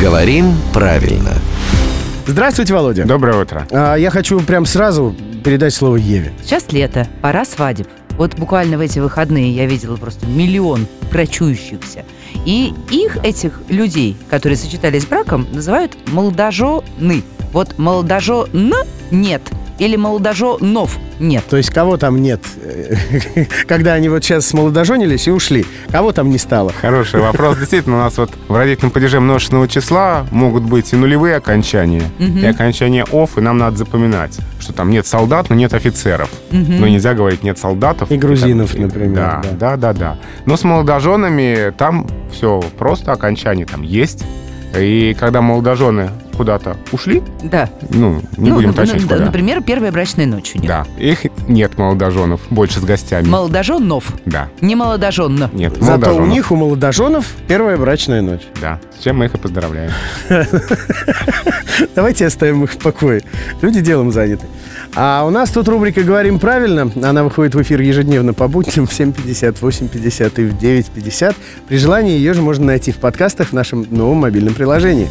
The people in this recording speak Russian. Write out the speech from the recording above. Говорим правильно. Здравствуйте, Володя. Доброе утро. А, я хочу прям сразу передать слово Еве. Сейчас лето, пора свадеб. Вот буквально в эти выходные я видела просто миллион брачующихся. И их, этих людей, которые сочетались браком, называют молодожены. Вот молодожен нет. Или молодоженов нет. То есть кого там нет, когда они вот сейчас молодоженились и ушли, кого там не стало? Хороший вопрос. Действительно, у нас вот в родительном падеже множественного числа могут быть и нулевые окончания, и окончания «ов», и нам надо запоминать, что там нет солдат, но нет офицеров. Но нельзя говорить «нет солдатов». И грузинов, И так- например, Да, да, да, да. Но с молодоженами там все просто, окончание там есть. И когда молодожены куда-то ушли, Да. ну, не Ну, будем нап- уточнять, ну, куда. Например, первая брачная ночь у них. Да, их нет молодоженов, больше с гостями. Молодоженов. Да, Не молодоженно. нет, Зато у молодоженов. них, у молодоженов, первая брачная ночь. Да, с чем мы их и поздравляем. Давайте оставим их в покое. Люди делом заняты. А у нас тут рубрика «Говорим правильно». Она выходит в эфир ежедневно по будням в 7.50, 8.50 и в 9.50. При желании ее же можно найти в подкастах в нашем новом мобильном приложении.